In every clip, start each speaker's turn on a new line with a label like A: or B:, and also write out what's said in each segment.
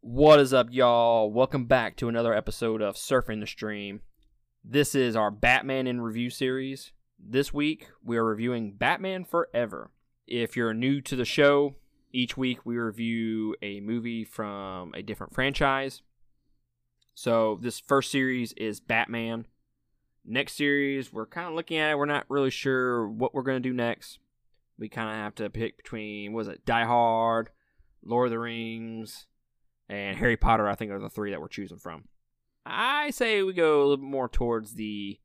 A: What is up, y'all? Welcome back to another episode of Surfing the Stream. This is our Batman in Review series. This week, we are reviewing Batman Forever. If you're new to the show, each week we review a movie from a different franchise. So, this first series is Batman. Next series, we're kind of looking at it. We're not really sure what we're going to do next. We kind of have to pick between, was it Die Hard, Lord of the Rings, and Harry Potter, I think, are the three that we're choosing from. I say we go a little bit more towards the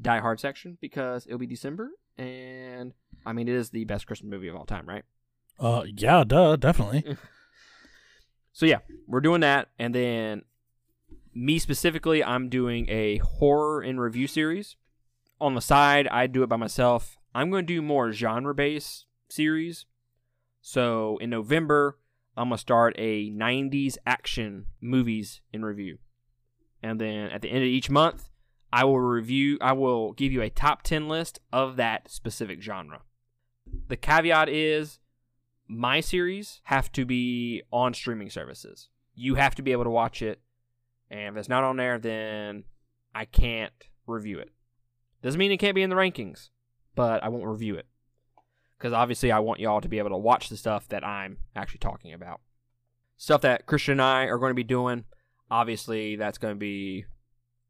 A: Die Hard section because it'll be December, and I mean, it is the best Christmas movie of all time, right?
B: Uh, yeah, duh, definitely.
A: So, yeah, we're doing that. And then, me specifically, I'm doing a horror in review series. On the side, I do it by myself. I'm going to do more genre based series. So, in November, I'm going to start a 90s action movies in review. And then at the end of each month, I will review, I will give you a top 10 list of that specific genre. The caveat is my series have to be on streaming services. You have to be able to watch it. And if it's not on there, then I can't review it. Doesn't mean it can't be in the rankings, but I won't review it. Because obviously, I want y'all to be able to watch the stuff that I'm actually talking about. Stuff that Christian and I are going to be doing. Obviously, that's going to be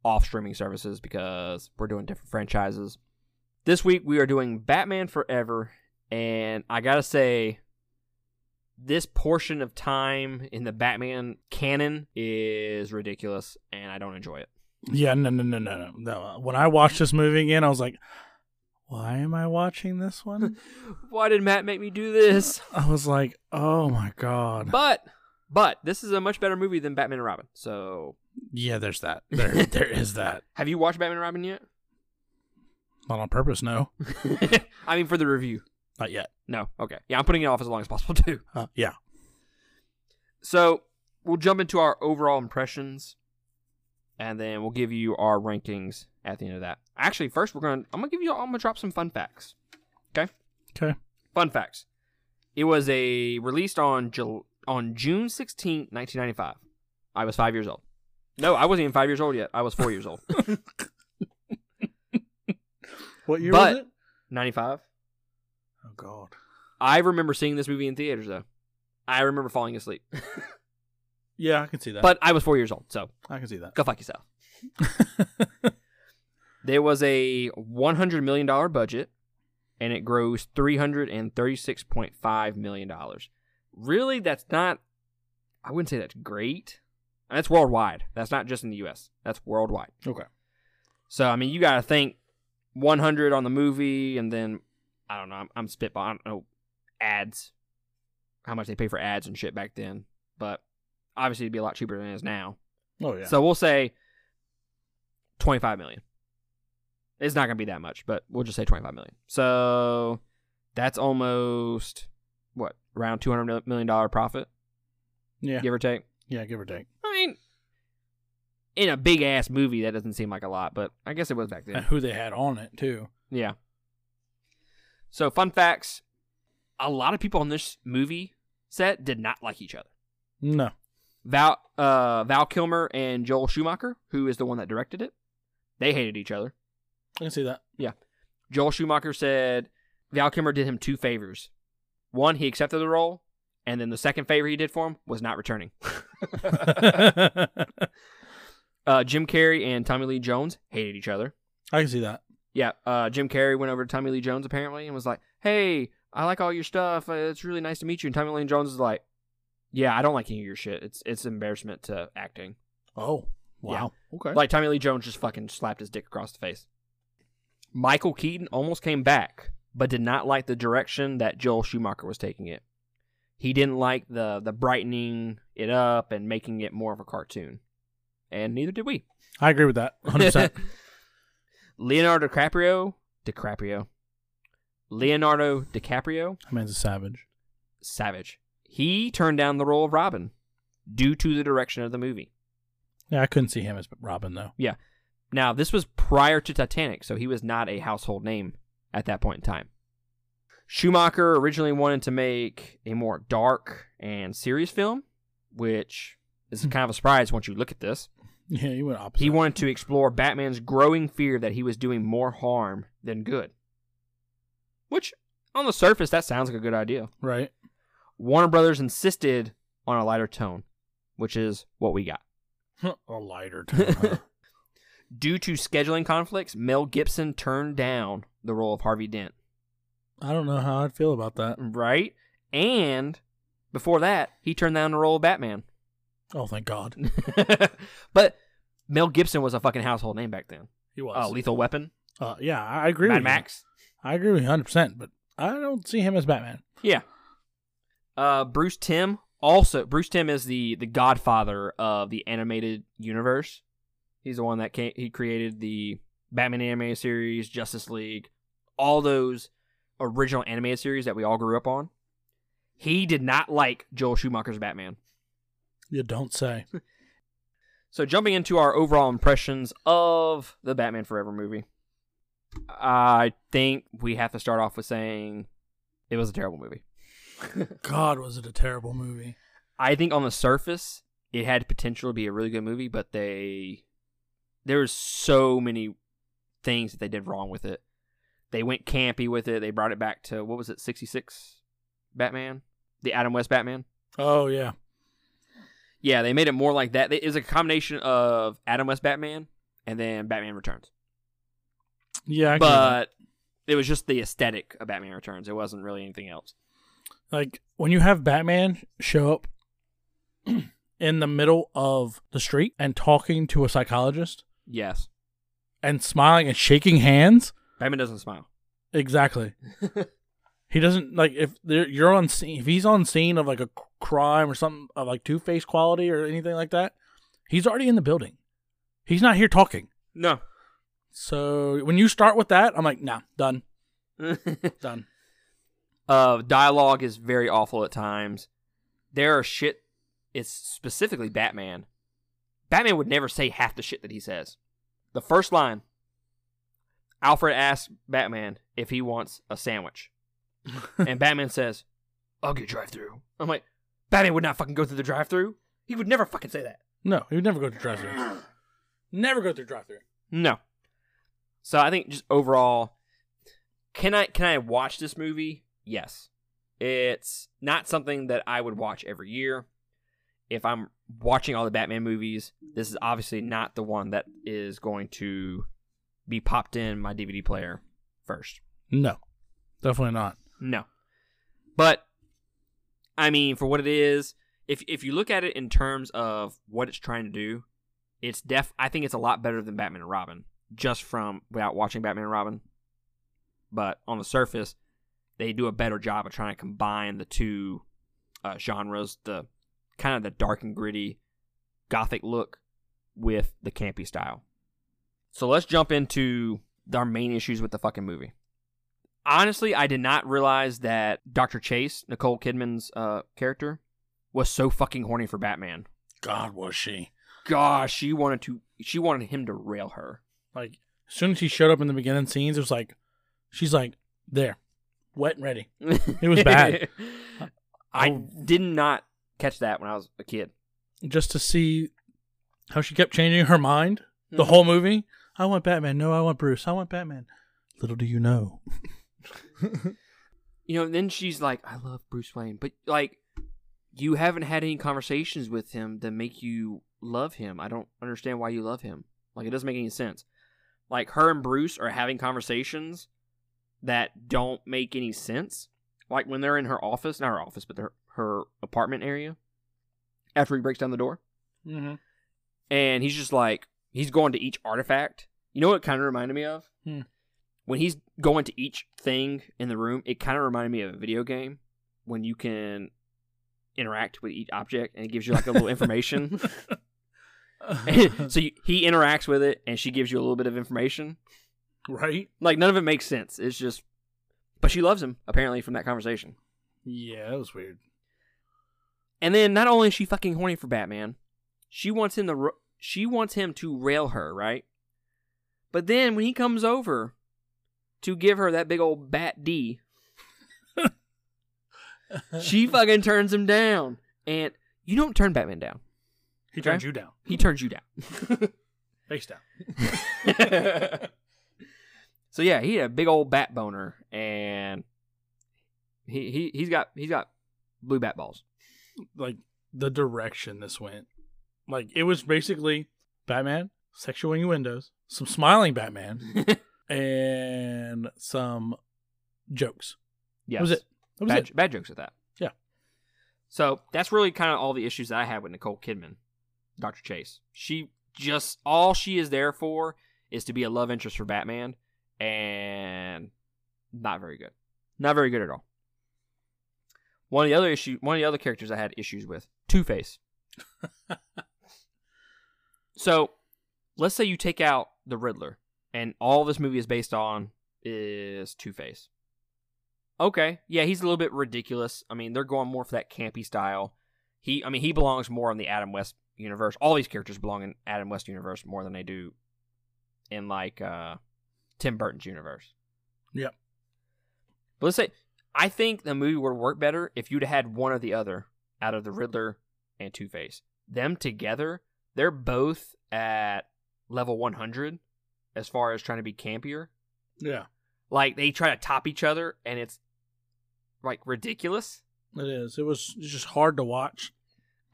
A: off streaming services because we're doing different franchises. This week, we are doing Batman Forever. And I got to say, this portion of time in the Batman canon is ridiculous, and I don't enjoy it.
B: yeah, no, no, no, no, no, no. uh, When I watched this movie again, I was like, why am I watching this one?
A: Why did Matt make me do this?
B: I was like, oh my god.
A: But, but this is a much better movie than Batman and Robin. So,
B: Yeah, there's that. There, there is that.
A: have you watched Batman and Robin
B: Not on purpose, no.
A: yet? I mean, for the review.
B: Not yet.
A: No. Okay. Yeah, I'm putting it off as long as possible too.
B: Uh, yeah.
A: So we'll jump into our overall impressions, and then we'll give you our rankings at the end of that. Actually, first we're gonna I'm gonna give you I'm gonna drop some fun facts.
B: Okay.
A: Fun facts. It was a released on Jul- on June 16, 1995. I was 5 years old. No, I wasn't even 5 years old yet. I was 4 years old.
B: What year
A: But-
B: was it?
A: 95.
B: Oh god.
A: I remember seeing this movie in theaters though. I remember falling asleep.
B: Yeah, I can see that.
A: But I was 4 years old, so
B: I can see that.
A: go fuck yourself. There was a $100 million budget, and it grossed $336.5 million. Really, that's not, I wouldn't say that's great. And That's worldwide. That's not just in the U.S., that's worldwide.
B: okay.
A: So, I mean, you got to think 100 on the movie, and then, I don't know, I'm, I'm spitballing, I don't know, ads, how much they pay for ads and shit back then. But obviously, it'd be a lot cheaper than it is now.
B: Oh yeah.
A: So we'll say 25 million. It's not going to be that much, but we'll just say 25 million. So that's almost what around 200 million dollar profit,
B: yeah.
A: give or take.
B: Yeah, give or take.
A: I mean, in a big ass movie, that doesn't seem like a lot, but I guess it was back
B: And
A: then.
B: who they had on it too.
A: yeah. So fun facts: a lot of people on this movie set did not like each other.
B: No.
A: Val uh, Val Kilmer and Joel Schumacher, who is the one that directed it, they hated each other.
B: I can see that.
A: Joel Schumacher said Val Kilmer did him two favors. One, he accepted the role, and then the second favor he did for him was not returning. Uh, Jim Carrey and Tommy Lee Jones hated each other.
B: I can see that.
A: Yeah, uh, Jim Carrey went over to Tommy Lee Jones apparently and was like, "Hey, I like all your stuff. Uh, It's really nice to meet you." And Tommy Lee Jones is like, "Yeah, I don't like any of your shit. It's it's embarrassment to acting."
B: Oh. Wow. Okay.
A: Like Tommy Lee Jones just fucking slapped his dick across the face. Michael Keaton almost came back, but did not like the direction that Joel Schumacher was taking it. He didn't like the the brightening it up and making it more of a cartoon. And neither did we.
B: I agree with that. 100%.
A: Leonardo DiCaprio, DiCaprio. Leonardo DiCaprio,
B: that man's a savage.
A: Savage. He turned down the role of Robin due to the direction of the movie.
B: Yeah, I couldn't see him as Robin though.
A: Now, this was prior to Titanic, so he was not a household name at that point in time. Schumacher originally wanted to make a more dark and serious film, which It's kind of a surprise once you look at this.
B: Yeah, you went opposite.
A: He wanted to explore Batman's growing fear that he was doing more harm than good. Which, on the surface, that sounds like a good idea.
B: right.
A: Warner Brothers insisted on a lighter tone, which is what we got.
B: a lighter tone. huh?
A: Due to scheduling conflicts, Mel Gibson turned down the role of Harvey Dent,
B: I don't know how I'd feel about that.
A: right? And before that, he turned down the role of Batman.
B: Oh, thank God.
A: but Mel Gibson was a fucking household name back then.
B: He
A: Uh, Lethal Weapon,
B: Uh, yeah, I I agree
A: Mad
B: with
A: Max.
B: you. I agree with you 100%, but I don't see him as Batman.
A: Yeah. Uh, Bruce Tim also Bruce Tim is the the godfather of the animated universe. He's the one that came, he created the Batman animated series, Justice League, all those original animated series that we all grew up on. He did not like Joel Schumacher's Batman.
B: You don't say.
A: So jumping into our overall impressions of the Batman Forever movie, I think we have to start off with saying it was a terrible movie.
B: God, was it a terrible movie?
A: I think on the surface it had potential to be a really good movie, but they there was so many things that they did wrong with it. They went campy with it. They brought it back to what was it, sixty six Batman, the Adam West Batman.
B: Oh, yeah.
A: Yeah, they made it more like that. It was a combination of Adam West Batman and then Batman Returns,
B: Yeah, I agree with that.
A: but it was just the aesthetic of Batman Returns. It wasn't really anything else.
B: Like when you have Batman show up in the middle of the street and talking to a psychologist
A: Yes,
B: and smiling and shaking hands.
A: Batman doesn't smile.
B: Exactly. he doesn't like if there- you're on scene. If he's on scene of like a c- crime or something of like Two Face quality or anything like that, he's already in the building. He's not here talking.
A: No.
B: So when you start with that, I'm like, nah, done, done.
A: Uh, dialogue is very awful at times. There are shit. It's specifically Batman. Batman would never say half the shit that he says. The first line. Alfred asks Batman if he wants a sandwich, and Batman says, "I'll get drive-through." I'm like, Batman would not fucking go through the drive-through. He would never fucking say that.
B: No, he would never go to drive through. never go through drive through.
A: No. So I think just overall, can I can I watch this movie? Yes. It's not something that I would watch every year. If I'm watching all the Batman movies, this is obviously not the one that is going to be popped in my DVD player first.
B: No, definitely not.
A: No. But I mean, for what it is, if if you look at it in terms of what it's trying to do, it's def I think it's a lot better than Batman and Robin just from without watching Batman and Robin. But on the surface, they do a better job of trying to combine the two uh, genres, the kind of the dark and gritty gothic look with the campy style. So let's jump into our main issues with the fucking movie honestly, I did not realize that Dr. Chase, Nicole Kidman's uh, character, was so fucking horny for Batman.
B: God, was she
A: Gosh, she wanted to. She wanted him to rail her.
B: like? As soon as he showed up in the beginning scenes, it was like, she's like, there, wet and ready.
A: It
B: was bad.
A: I
B: Oh.
A: did not catch that when I was a kid.
B: Just to see how she kept changing her mind the whole movie. I want Batman. No, I want Bruce. I want Batman. Little do you know.
A: You know, and then she's like, "I love Bruce Wayne," but like, you haven't had any conversations with him that make you love him. I don't understand why you love him. Like, it doesn't make any sense. Like, her and Bruce are having conversations that don't make any sense. Like when they're in her office, not her office, but her her apartment area. After he breaks down the door,
B: Mm-hmm.
A: and he's just like he's going to each artifact. You know what it kind of reminded me of?
B: Hmm.
A: When he's going to each thing in the room, it kind of reminded me of a video game when you can interact with each object and it gives you like a little information. so you, he interacts with it and she gives you a little bit of information.
B: right?
A: Like none of it makes sense. It's just but she loves him apparently from that conversation.
B: Yeah, that was weird.
A: And then not only is she fucking horny for Batman, she wants him to r she wants him to rail her, right? But then when he comes over to give her that big old bat D, she fucking turns him down. And you don't turn Batman down.
B: He
A: Okay.
B: turns you down,
A: He turns you down.
B: face down.
A: so yeah, he had a big old bat boner, and he he he's got he's got blue bat balls.
B: Like the direction this went, like it was basically Batman, sexual innuendos, some smiling Batman, and some jokes.
A: Yes,
B: That was it. That was
A: bad,
B: it.
A: bad jokes at that.
B: Yeah.
A: So that's really kind of all the issues that I had with Nicole Kidman, Dr. Chase. She just all she is there for is to be a love interest for Batman, and not very good. Not very good at all. One of the other issue, one of the other characters I had issues with, Two Face. so, let's say you take out the Riddler, and all this movie is based on is Two Face. Okay. Yeah, he's a little bit ridiculous. I mean, they're going more for that campy style. He I mean, he belongs more in the Adam West universe. All these characters belong in Adam West universe more than they do in like uh Tim Burton's universe.
B: Yep.
A: But let's say I think the movie would work better if you'd had one or the other out of the Riddler and Two Face. Them together, they're both at level one hundred as far as trying to be campier
B: Yeah,
A: like they try to top each other and it's like ridiculous
B: it is. It was it's just hard to watch.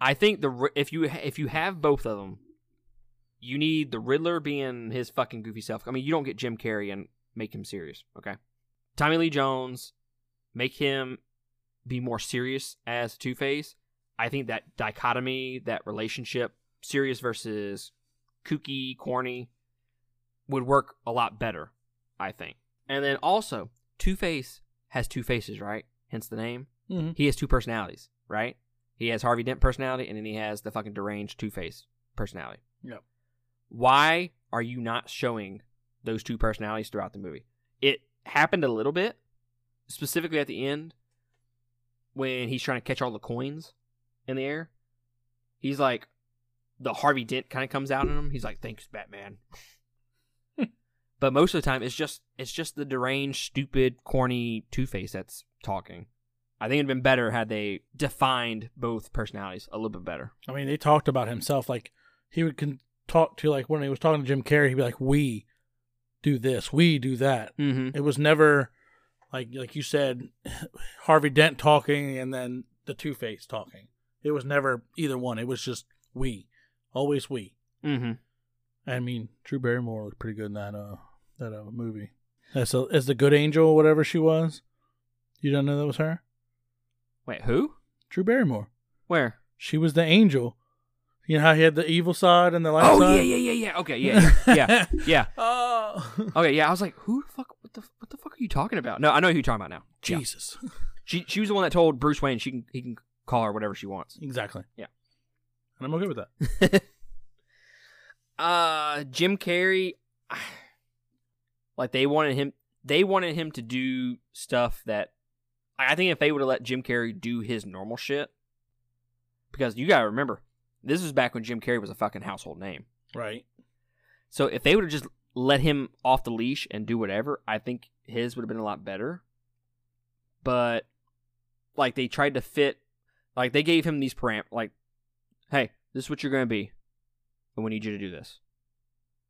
A: i think the Ri- if you ha- if you have both of them you need the riddler being his fucking goofy self i mean you don't get jim carrey and make him serious okay tommy lee jones make him be more serious as two face i think that dichotomy that relationship serious versus kooky corny would work a lot better i think and then also two face has two faces right hence the name
B: Mm-hmm.
A: he has two personalities, right? He has Harvey Dent personality, and then he has the fucking deranged Two Face personality.
B: Yep.
A: Why are you not showing those two personalities throughout the movie? It happened a little bit, specifically at the end when he's trying to catch all the coins in the air. He's like, the Harvey Dent kind of comes out in him. He's like, "Thanks, Batman." but most of the time, it's just it's just the deranged, stupid, corny Two Face that's talking. I think it'd been better had they defined both personalities a little bit better.
B: I mean, they talked about himself. Like he would con- talk to like when he was talking to Jim Carrey, he'd be like, "We do this, we do that."
A: Mm-hmm.
B: It was never like like you said, Harvey Dent talking and then the Two Face talking. It was never either one. It was just we, always we.
A: Mm-hmm.
B: I mean, Drew Barrymore looked pretty good in that uh that uh, movie. As a, as the good angel, whatever she was. You don't know that was her,
A: Wait, who?
B: Drew Barrymore.
A: Where?
B: She was the angel. You know how he had the evil side and the light
A: oh
B: side.
A: yeah, yeah, yeah, yeah. Okay, yeah, yeah, yeah, yeah.
B: Oh,
A: Okay, yeah. I was like, who the fuck? What the what the fuck are you talking about? No, I know who you're talking about now. Yeah.
B: Jesus.
A: She she was the one that told Bruce Wayne she can he can call her whatever she wants.
B: Exactly.
A: Yeah.
B: And I'm okay with that.
A: uh Jim Carrey like they wanted him they wanted him to do stuff that I I think if they would have let Jim Carrey do his normal shit because you got to remember this was back when Jim Carrey was a fucking household name.
B: Right.
A: So if they would have just let him off the leash and do whatever, I think his would have been a lot better. But like they tried to fit, like they gave him these param, like, hey, this is what you're gonna be, and we need you to do this,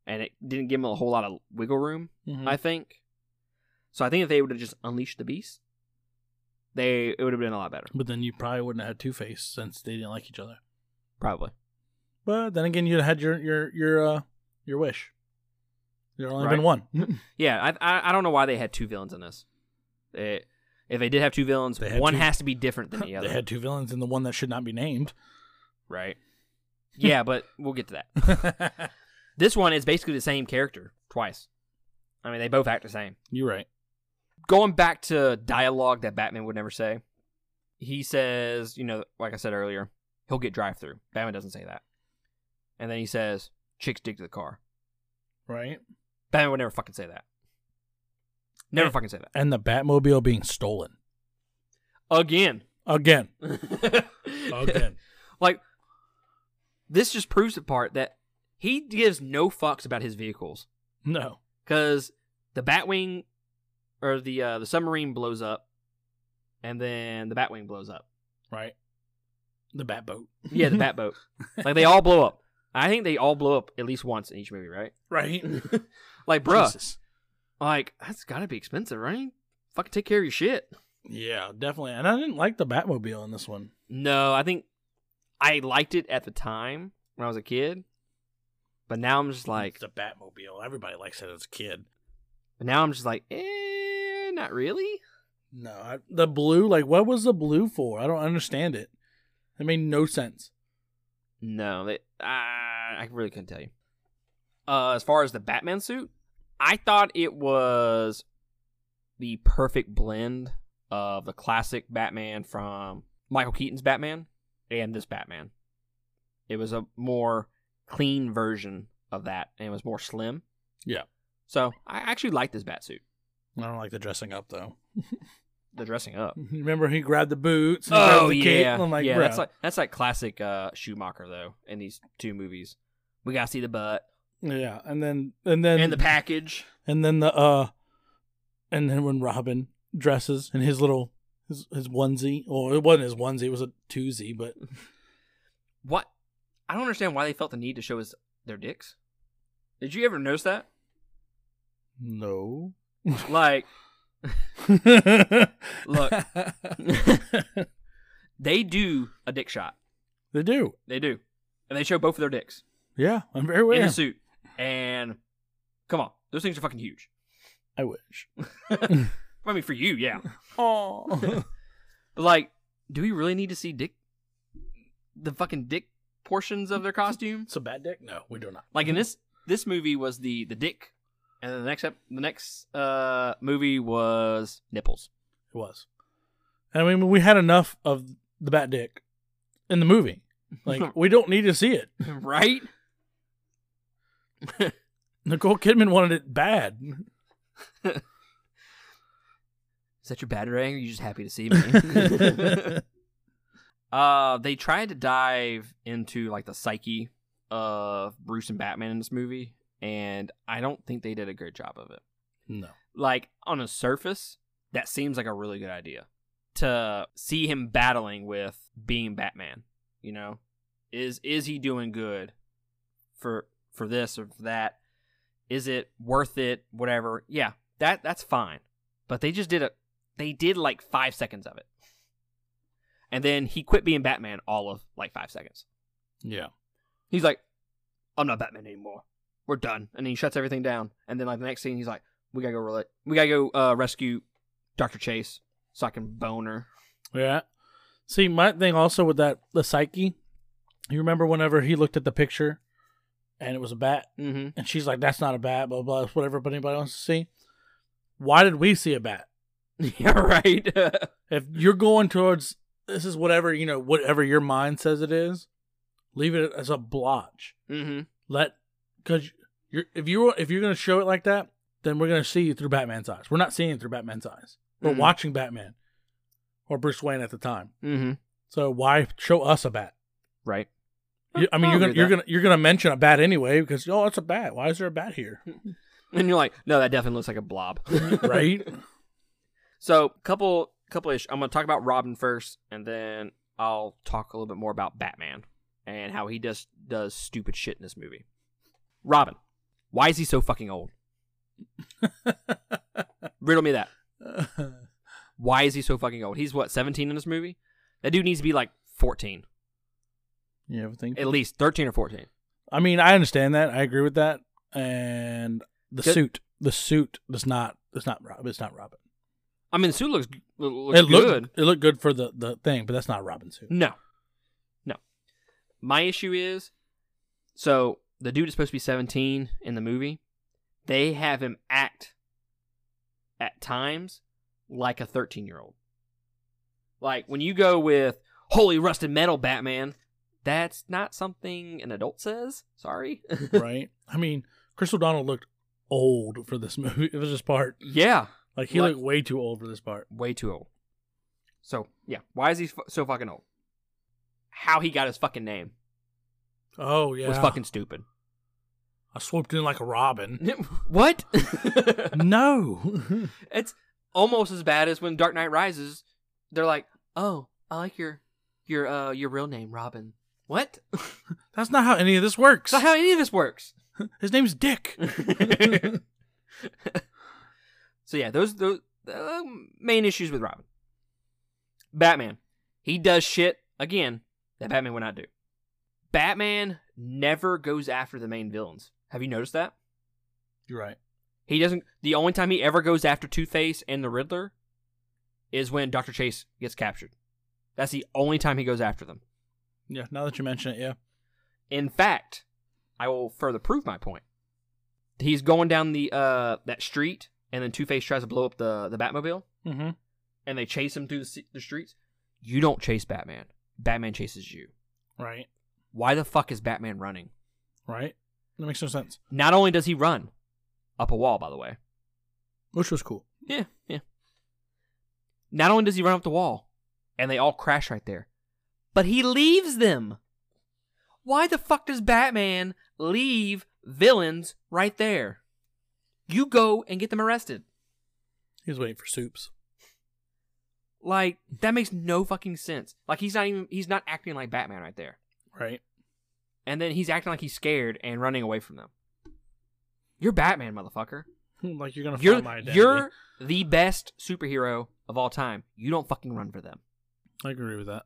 A: and it didn't give him a whole lot of wiggle room.
B: Mhm.
A: I think. So I think if they would have just unleashed the beast, they it would have been a lot better,
B: but then you probably wouldn't have had Two Face since they didn't like each other.
A: probably.
B: But then again, you'd have had your your your uh your wish. There'd only
A: Right.
B: been one.
A: Yeah, I, I I don't know why they had two villains in this. It, if they did have two villains,
B: They had
A: one
B: two-
A: has to be different than the other.
B: They had two villains and the one that should not be named.
A: Right. yeah, but we'll get to that. This one is basically the same character twice. I mean, they both act the same.
B: You're right.
A: Going back to dialogue that Batman would never say, he says, you know, like I said earlier, he'll get drive through. Batman doesn't say that. And then he says, chicks dig to the car.
B: Right.
A: Batman would never fucking say that. Never
B: Yeah.
A: fucking say that.
B: And the Batmobile being stolen
A: Again.
B: again.
A: Again. like, this just proves the part that he gives no fucks about his vehicles.
B: no.
A: because the Batwing or the uh, the submarine blows up, and then the Batwing blows up.
B: Right. The Bat Boat.
A: Yeah, the Bat Boat. like they all blow up. I think they all blow up at least once in each movie, right?
B: Right.
A: Like, bruh,
B: Jesus.
A: like that's gotta be expensive, right? Fucking take care of your shit.
B: Yeah, definitely. And I didn't like the Batmobile in this one.
A: No, I think I liked it at the time when I was a kid, but now I'm just like,
B: the Batmobile. Everybody likes it as a kid.
A: but now I'm just like, eh, not really.
B: No, I, the blue. Like, what was the blue for? I don't understand it. It made no sense.
A: No, they, uh, I really couldn't tell you. Uh, as far as the Batman suit, I thought it was the perfect blend of the classic Batman from Michael Keaton's Batman and this Batman. It was a more clean version of that, and it was more slim.
B: Yeah.
A: So I actually like this bat suit.
B: I don't like the dressing up though.
A: The dressing up.
B: Remember, he grabbed the boots. And grabbed the cape, and I'm like,
A: Oh, yeah.
B: bro.
A: That's like that's like classic uh, Schumacher though in these two movies. We gotta see the butt
B: yeah, and then and then
A: and the package.
B: and then the uh, and then when Robin dresses in his little his his onesie, or it wasn't his onesie, it was a twosie, but
A: What? I don't understand why they felt the need to show his their dicks. Did you ever notice that?
B: no.
A: Like Look. they do a dick shot.
B: they do.
A: They do, and they show both of their dicks
B: Yeah, I'm very
A: in
B: aware.
A: the suit. And come on, those things are fucking huge.
B: I wish.
A: I mean, for you, yeah.
B: Oh.
A: But like, do we really need to see dick? The fucking dick portions of their costume.
B: it's a bad dick. No, we do not.
A: Like in this this movie was the the dick, and then the next ep- the next uh movie was nipples.
B: It was. I mean, we had enough of the bat dick in the movie. Like, we don't need to see it.
A: right?
B: Nicole Kidman wanted it bad.
A: Is that your batarang? Or are you just happy to see me? uh, they tried to dive into like the psyche of Bruce and Batman in this movie, and I don't think they did a good job of it.
B: no.
A: Like on a surface, that seems like a really good idea to see him battling with being Batman. You know, is is he doing good for for this or for that? Is it worth it? Whatever. Yeah, that that's fine. But they just did a they did like five seconds of it, and then he quit being Batman all of like five seconds.
B: Yeah.
A: He's like, I'm not Batman anymore. We're done. And then he shuts everything down. And then like the next scene, he's like, we gotta go relate. We gotta go uh, rescue Doctor Chase so I can bone her.
B: Yeah. See, my thing also with that, the psyche, you remember whenever he looked at the picture and it was a bat,
A: Mm-hmm.
B: and she's like, that's not a bat, blah, blah, blah, whatever but anybody wants to see. Why did we see a bat?
A: yeah, right.
B: if you're going towards this is whatever you know whatever your mind says it is leave it as a blotch
A: mm-hmm.
B: let because you're if you're if you're going to show it like that then we're going to see you through batman's eyes we're not seeing it through batman's eyes we're
A: Mhm.
B: watching batman or bruce wayne at the time
A: Mm-hmm.
B: so why show us a bat
A: Right.
B: You- i mean you're
A: I'll
B: gonna
A: agree
B: you're
A: with
B: gonna you're gonna mention a bat anyway because oh it's a bat why is there a bat here
A: And you're like, no, that definitely looks like a blob.
B: right
A: So couple couple ish. I'm gonna talk about Robin first, and then I'll talk a little bit more about Batman and how he just does stupid shit in this movie. Robin, why is he so fucking old? Riddle me that. Why is he so fucking old? He's what 17 in this movie. That dude needs to be like 14,
B: you ever think
A: at least 13 or 14.
B: I mean, I understand that. I agree with that. And the
A: Good.
B: suit, the suit does not. It's not Rob. It's not Robin.
A: I mean, the suit looks looks
B: it looked.
A: good.
B: It looked good for the the thing, but that's not Robin's suit.
A: No. No. My issue is so the dude is supposed to be 17 in the movie. They have him act at times like a 13 year old. Like when you go with holy rusted metal Batman, that's not something an adult says. Sorry.
B: right? I mean, Chris O'Donnell looked old for this movie. It was this part.
A: yeah.
B: Like he
A: Like-
B: looked way too old for this part.
A: Way too old. So, yeah. Why is he f- so fucking old? How he got his fucking name
B: Oh yeah,
A: was fucking stupid.
B: I swooped in like a Robin.
A: what?
B: no,
A: It's almost as bad as when Dark Knight Rises. They're like, "Oh, I like your your uh your real name, Robin. What?
B: That's not how any of this works.
A: That's not how any of this works.
B: His name's Dick.
A: so yeah, those those uh, main issues with Robin. Batman, he does shit again that Batman would not do. Batman never goes after the main villains. Have you noticed that?
B: You're right.
A: He doesn't. The only time he ever goes after Two Face and the Riddler is when Doctor Chase gets captured. That's the only time he goes after them.
B: Yeah, now that you mention it, yeah.
A: In fact, I will further prove my point. He's going down the uh that street, and then Two Face tries to blow up the the Batmobile,
B: Mm-hmm.
A: and they chase him through the, se- the streets. You don't chase Batman. Batman chases you.
B: Right.
A: Why the fuck is Batman running?
B: Right. That makes no sense.
A: Not only does he run up a wall, by the way.
B: Which was cool.
A: Yeah, yeah. Not only does he run up the wall, and they all crash right there, but he leaves them. Why the fuck does Batman leave villains right there? You go and get them arrested.
B: He was waiting for soups.
A: Like that makes no fucking sense. Like he's not even he's not acting like Batman right there.
B: Right.
A: And then he's acting like he's scared and running away from them. You're Batman, motherfucker.
B: Like you're gonna
A: You're
B: find my identity.
A: you're the best superhero of all time. You don't fucking run for them.
B: I agree with that.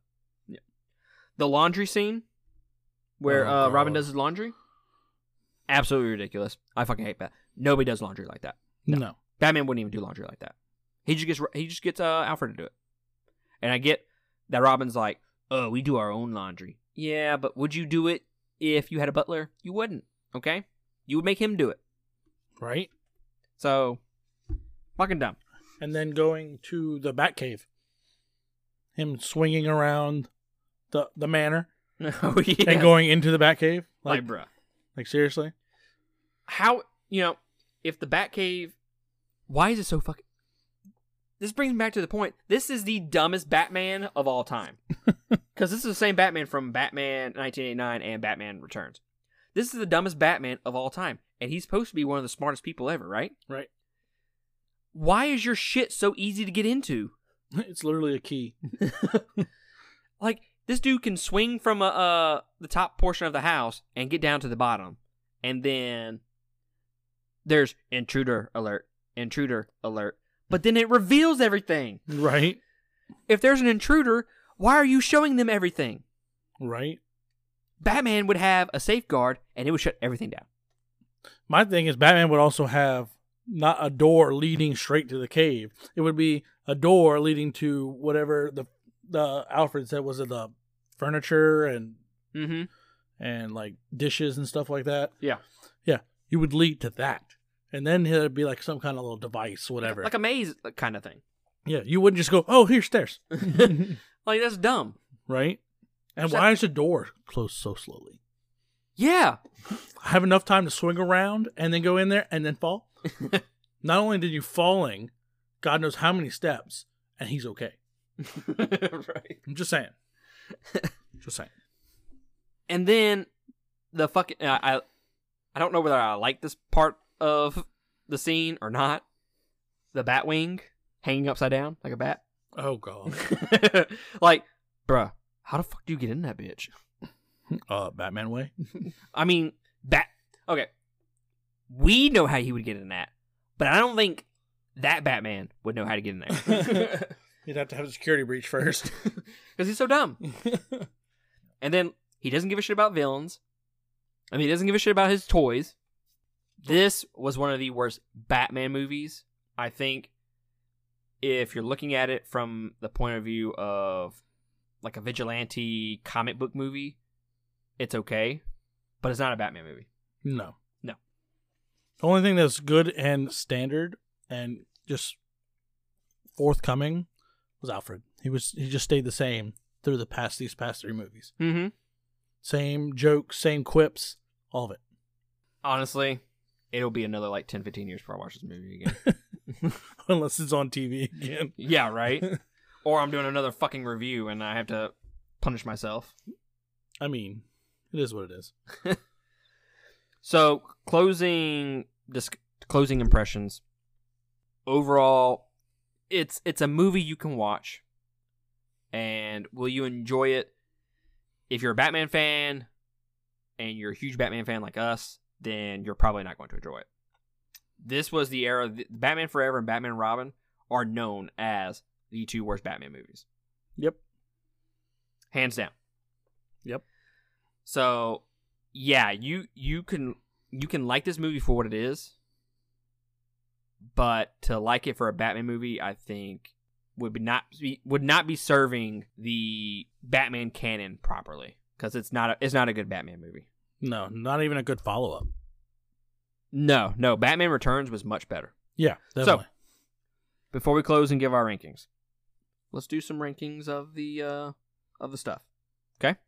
A: the laundry scene where
B: Oh,
A: uh, Robin
B: God.
A: does his laundry. Absolutely ridiculous. I fucking hate that. Nobody does laundry like that.
B: No.
A: Batman wouldn't even do laundry like that. He just gets he just gets uh, Alfred to do it. And I get that Robin's like, "Oh, we do our own laundry." Yeah, but would you do it if you had a butler? You wouldn't. Okay, you would make him do it.
B: Right.
A: So fucking dumb.
B: And then going to the Batcave. Him swinging around the the manor
A: oh yeah,
B: and going into the Batcave.
A: like
B: Like,
A: bruh.
B: like seriously.
A: how you know if the Batcave, why is it so fucking? This brings me back to the point. This is the dumbest Batman of all time because this is the same Batman from Batman 1989 and Batman Returns. This is the dumbest Batman of all time, and he's supposed to be one of the smartest people ever, right?
B: Right.
A: Why is your shit so easy to get into?
B: It's literally a key.
A: Like this dude can swing from uh, uh the top portion of the house and get down to the bottom, and then there's intruder alert, intruder alert. But then it reveals everything.
B: Right.
A: If there's an intruder, why are you showing them everything?
B: Right.
A: Batman would have a safeguard, and it would shut everything down.
B: My thing is Batman would also have not a door leading straight to the cave. It would be a door leading to whatever the the Alfred said was it the furniture and
A: Mm-hmm.
B: and like dishes and stuff like that.
A: Yeah.
B: Yeah. You would lead to that. And then it'd be like some kind of little device, whatever.
A: Like a maze kind of thing.
B: yeah. You wouldn't just go, oh, here's stairs.
A: Like that's dumb.
B: right? And
A: So-
B: why is the door closed so slowly?
A: Yeah.
B: I have enough time to swing around and then go in there and then fall. Not only did you falling, God knows how many steps, and he's okay.
A: right.
B: I'm just saying. just saying.
A: And then the fucking I I- I don't know whether I like this part of the scene or not. The Batwing hanging upside down like a bat.
B: Oh God.
A: like, bruh, how the fuck do you get in that bitch?
B: Uh, Batman way.
A: I mean, bat. Okay, we know how he would get in that, but I don't think that Batman would know how to get in there
B: You'd have to have a security breach first.
A: because he's so dumb. And then he doesn't give a shit about villains. I mean, he doesn't give a shit about his toys. This was one of the worst Batman movies. I think if you're looking at it from the point of view of like a vigilante comic book movie, it's okay, but it's not a Batman movie.
B: No.
A: No.
B: The only thing that's good and standard and just forthcoming was Alfred. He was he just stayed the same through the past these past three movies.
A: Mm-hmm.
B: Same jokes, same quips, all of it.
A: Honestly, it'll be another like 10, 15 years before I watch this movie again.
B: Unless it's on TV again.
A: yeah, right? or I'm doing another fucking review and I have to punish myself.
B: I mean, it is what it is.
A: So closing disc- closing impressions. Overall, it's it's a movie you can watch. and will you enjoy it? If you're a Batman fan and you're a huge Batman fan like us, then you're probably not going to enjoy it. This was the era th- Batman Forever and Batman Robin are known as the two worst Batman movies,
B: Yep.
A: hands down.
B: Yep.
A: So, yeah, you you can you can like this movie for what it is, but to like it for a Batman movie, I think would be not be, would not be serving the Batman canon properly because it's not a, it's not a good Batman movie.
B: No, not even a good follow up.
A: No, no, Batman Returns was much better.
B: Yeah,
A: So-
B: definitely.
A: Before we close and give our rankings, let's do some rankings of the uh, of the stuff. Okay,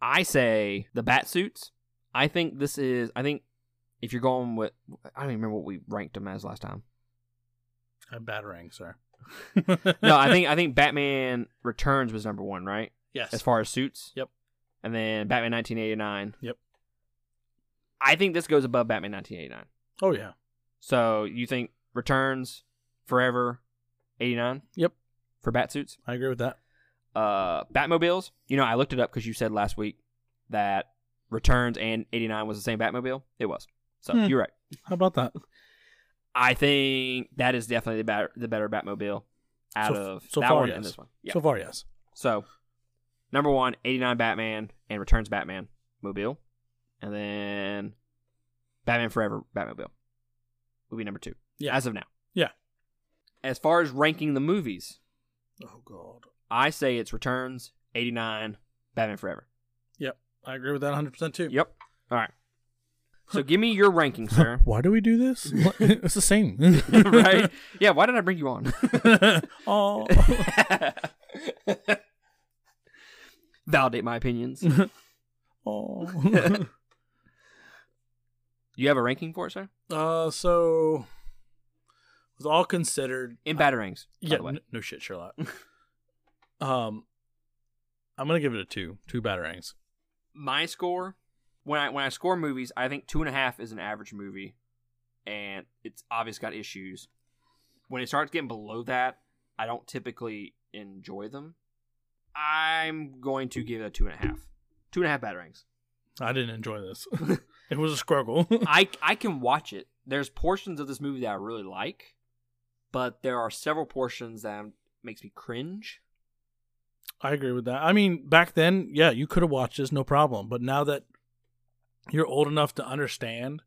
A: I say the bat suits. I think this is. I think if you're going with, I don't even remember what we ranked them as last time.
B: a batarang, sir.
A: No, I think I think Batman Returns was number one, right?
B: yes.
A: as far as suits.
B: Yep.
A: And then Batman 1989.
B: Yep.
A: I think this goes above Batman 1989.
B: oh yeah.
A: So you think Returns, Forever, 89?
B: Yep.
A: For bat suits,
B: I agree with that.
A: uh, Batmobiles. You know, I looked it up because you said last week that Returns and 89 was the same Batmobile. It was. So
B: Hmm.
A: you're right.
B: How about that?
A: I think that is definitely the better the better Batmobile out
B: So-
A: of
B: so
A: that
B: far,
A: one
B: yes.
A: and this one. Yeah.
B: So far, yes.
A: So, number one, 89 Batman and Returns Batman Mobile. And then Batman Forever Batmobile would be number two.
B: Yeah.
A: As of now.
B: Yeah.
A: As far as ranking the movies,
B: Oh god.
A: I say it's Returns, 89, Batman Forever.
B: I agree with that 100 percent too.
A: Yep. All right. So give me your ranking, sir.
B: Why do we do this? What? it's the same,
A: right? Yeah, why did I bring you on?
B: oh.
A: Validate my opinions.
B: oh.
A: You have a ranking for it, sir?
B: uh, so with all considered,
A: In Batarangs. by
B: yeah,
A: the way.
B: n- no shit, Sherlock. um, I'm gonna give it a two, two batarangs.
A: my score when I when I score movies, I think two and a half is an average movie, and it's obviously got issues. When it starts getting below that, I don't typically enjoy them. I'm going to give it a two and a half, two and a half batarangs.
B: I didn't enjoy this. it was a struggle.
A: I I can watch it. There's portions of this movie that I really like, but there are several portions that makes me cringe.
B: I agree with that. I mean, back then, yeah, you could have watched this, no problem. But now that you're old enough to understand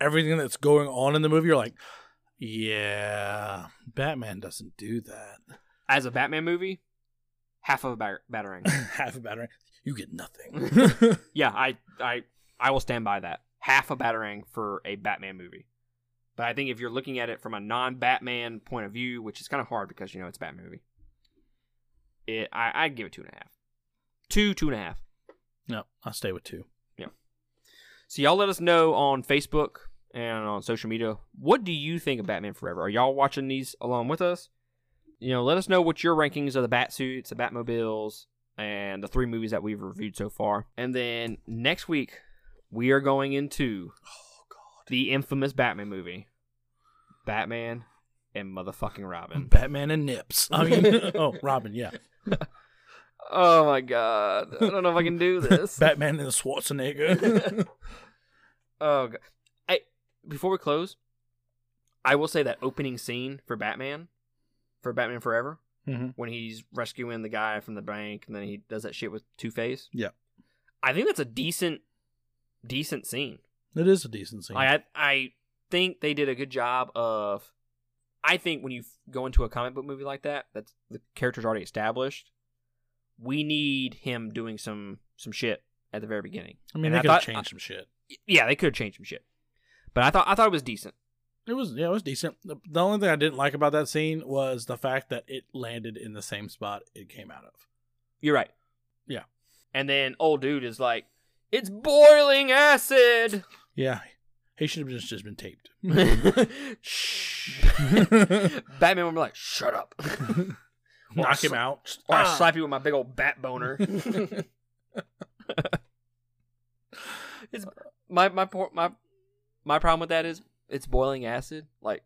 B: everything that's going on in the movie, you're like, yeah, Batman doesn't do that.
A: As a Batman movie, half of a bat- batarang.
B: Half a Batarang, you get nothing.
A: Yeah, I I I will stand by that. Half a batarang for a Batman movie. But I think if you're looking at it from a non-Batman point of view, which is kind of hard because you know it's a Batman movie, it I I'd give it two and a half, two two and a half.
B: no, I'll stay with two.
A: So y'all let us know on Facebook and on social media. What do you think of Batman Forever? Are y'all watching these along with us? You know, let us know what your rankings of the bat suits, the Batmobiles, and the three movies that we've reviewed so far. And then next week we are going into Oh, the infamous Batman movie, Batman and motherfucking Robin.
B: Batman and Nips. I mean, oh, Robin, yeah.
A: Oh my god, I don't know if I can do this.
B: Batman and Schwarzenegger.
A: Oh, God. I before we close, I will say that opening scene for Batman, for Batman Forever,
B: Mhm.
A: when he's rescuing the guy from the bank, and then he does that shit with Two Face.
B: Yeah.
A: I think that's a decent, decent scene.
B: It is a decent scene.
A: I I think they did a good job of. I think when you f- go into a comic book movie like that, that's the character's already established. We need him doing some some shit at the very beginning.
B: I mean,
A: and
B: they
A: I
B: could have
A: thought-
B: changed some shit.
A: Yeah, they could have changed some shit, but I thought I thought it was decent.
B: It was yeah, it was decent. The, the only thing I didn't like about that scene was the fact that it landed in the same spot it came out of.
A: You're right.
B: Yeah.
A: And then old dude is like, "It's boiling acid."
B: Yeah, he should have just, just been taped.
A: Shh. Batman would be like, "Shut up." Or I
B: Knock him
A: sla-
B: out.
A: Or I
B: Ah.
A: slap you with my big old bat boner. it's my my por- my my problem with that is it's boiling acid. Like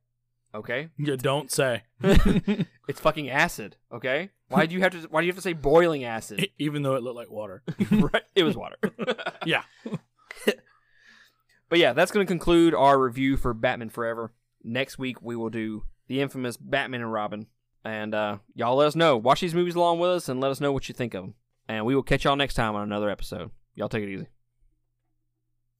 A: Okay,
B: You don't say.
A: it's fucking acid. Okay, why do you have to? Why do you have to say boiling acid?
B: Even though it looked like water.
A: right, it was water.
B: Yeah.
A: But yeah, that's going to conclude our review for Batman Forever. Next week we will do the infamous Batman and Robin, and uh, y'all let us know. Watch these movies along with us, and let us know what you think of them. And we will catch y'all next time on another episode. Y'all take it easy.